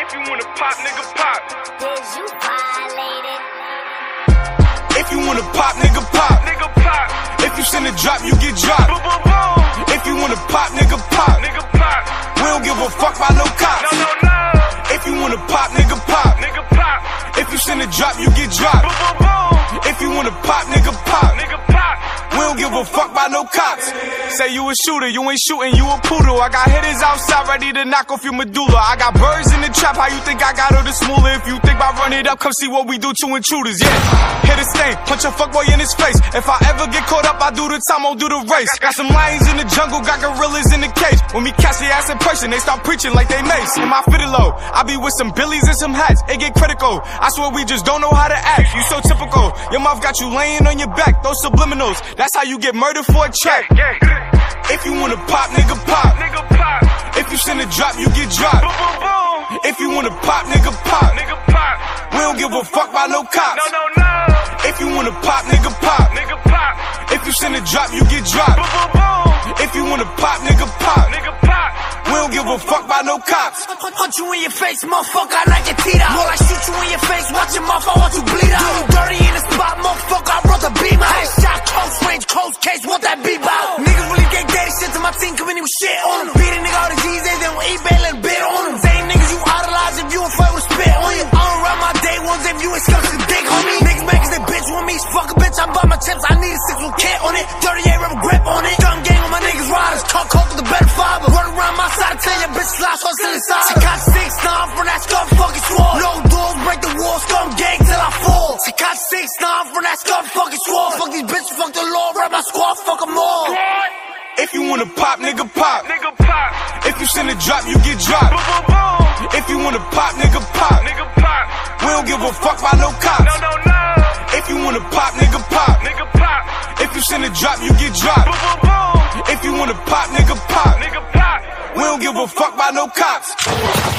pop, nigga, pop. Did you violate it? If you wanna pop, nigga, pop. Nigga, pop. If you send a drop, you get Boom, dropped. boom, boom. If you wanna pop, nigga, pop. Nigga, pop. We don't give a fuck by no No, cops. no, no. If you wanna pop, nigga, pop. Nigga, pop. If you send a drop, you get dropped. Boom, boom, boom. If you wanna pop, nigga, pop. Nigga, pop. We don't give a fuck by no cops. Say you a shooter, you ain't shooting, you a poodle. I got hitters outside ready to knock off your medulla. I got birds in the trap, how you think I got all the smaller? If you think I run it up, come see what we do to intruders, yeah. Hit a stain, punch a fuckboy in his face. If I ever get caught up, I do the time, I'll do the race. Got some lions in the jungle, got gorillas in the cage. When we catch the ass in person, they start preaching like they mace. In my fiddle low, I be with some billies and some hats. It get critical. I swear we just don't know how to act. You so typical. Your mouth got you laying on your back. Those subliminals. That's how you get murdered for a check. Yeah. If you wanna pop, nigga, pop. Nigga, pop. If you send a drop, you get Boom, dropped. boom, boom. If you wanna pop, nigga, pop. Nigga, pop. We don't give a fuck by no No, cops. no, no. If you wanna pop, nigga, pop. Nigga, pop. If you send a drop, you get Boom, dropped. boom, boom. If you wanna pop, nigga, pop. Nigga, pop. We don't give a fuck by no cops. Punch you in your face, motherfucker, I like your teeter. More like shoot you in your face, watch your mouth, I want you bleed out. You dirty in the spot, motherfucker, I brought the beam out. Headshot, close range, close case, want that beat out. Niggas really get dirty shit to my team, committing with shit on them. Beating nigga all the G's, they don't eat, they let bit on them. Same niggas you idolize if you a fight with spit on you. I don't run my day ones if you ain't scuffs a dick, homie. Niggas mad 'cause they bitch with me, fuck a bitch, I'm by my tips, I need a six with kit on it. 38 rubber grip on it. Gun gang on my niggas riders, cut coke with the better fiber. Run around my side, tell your bitch slice what's inside. She got six, nine from that scum fucking swole. No doors, break the wall, scum gang till I fall. She got six, nine from that scum fucking swole. Fuck these bitches, fuck the law, rap my squad, fuck 'em all. What? If you wanna pop, nigga, pop. Nigga, pop. If you send a drop, you get Boom, dropped. boom, boom. If you wanna pop, nigga, pop. Nigga, pop. We don't give a fuck by no No, cops. no, no. If you wanna pop, nigga, pop. Nigga, pop. If you send a drop, you get Boom, dropped. boom, boom. If you wanna pop, nigga, pop. Nigga, pop. We don't give a fuck by no cops.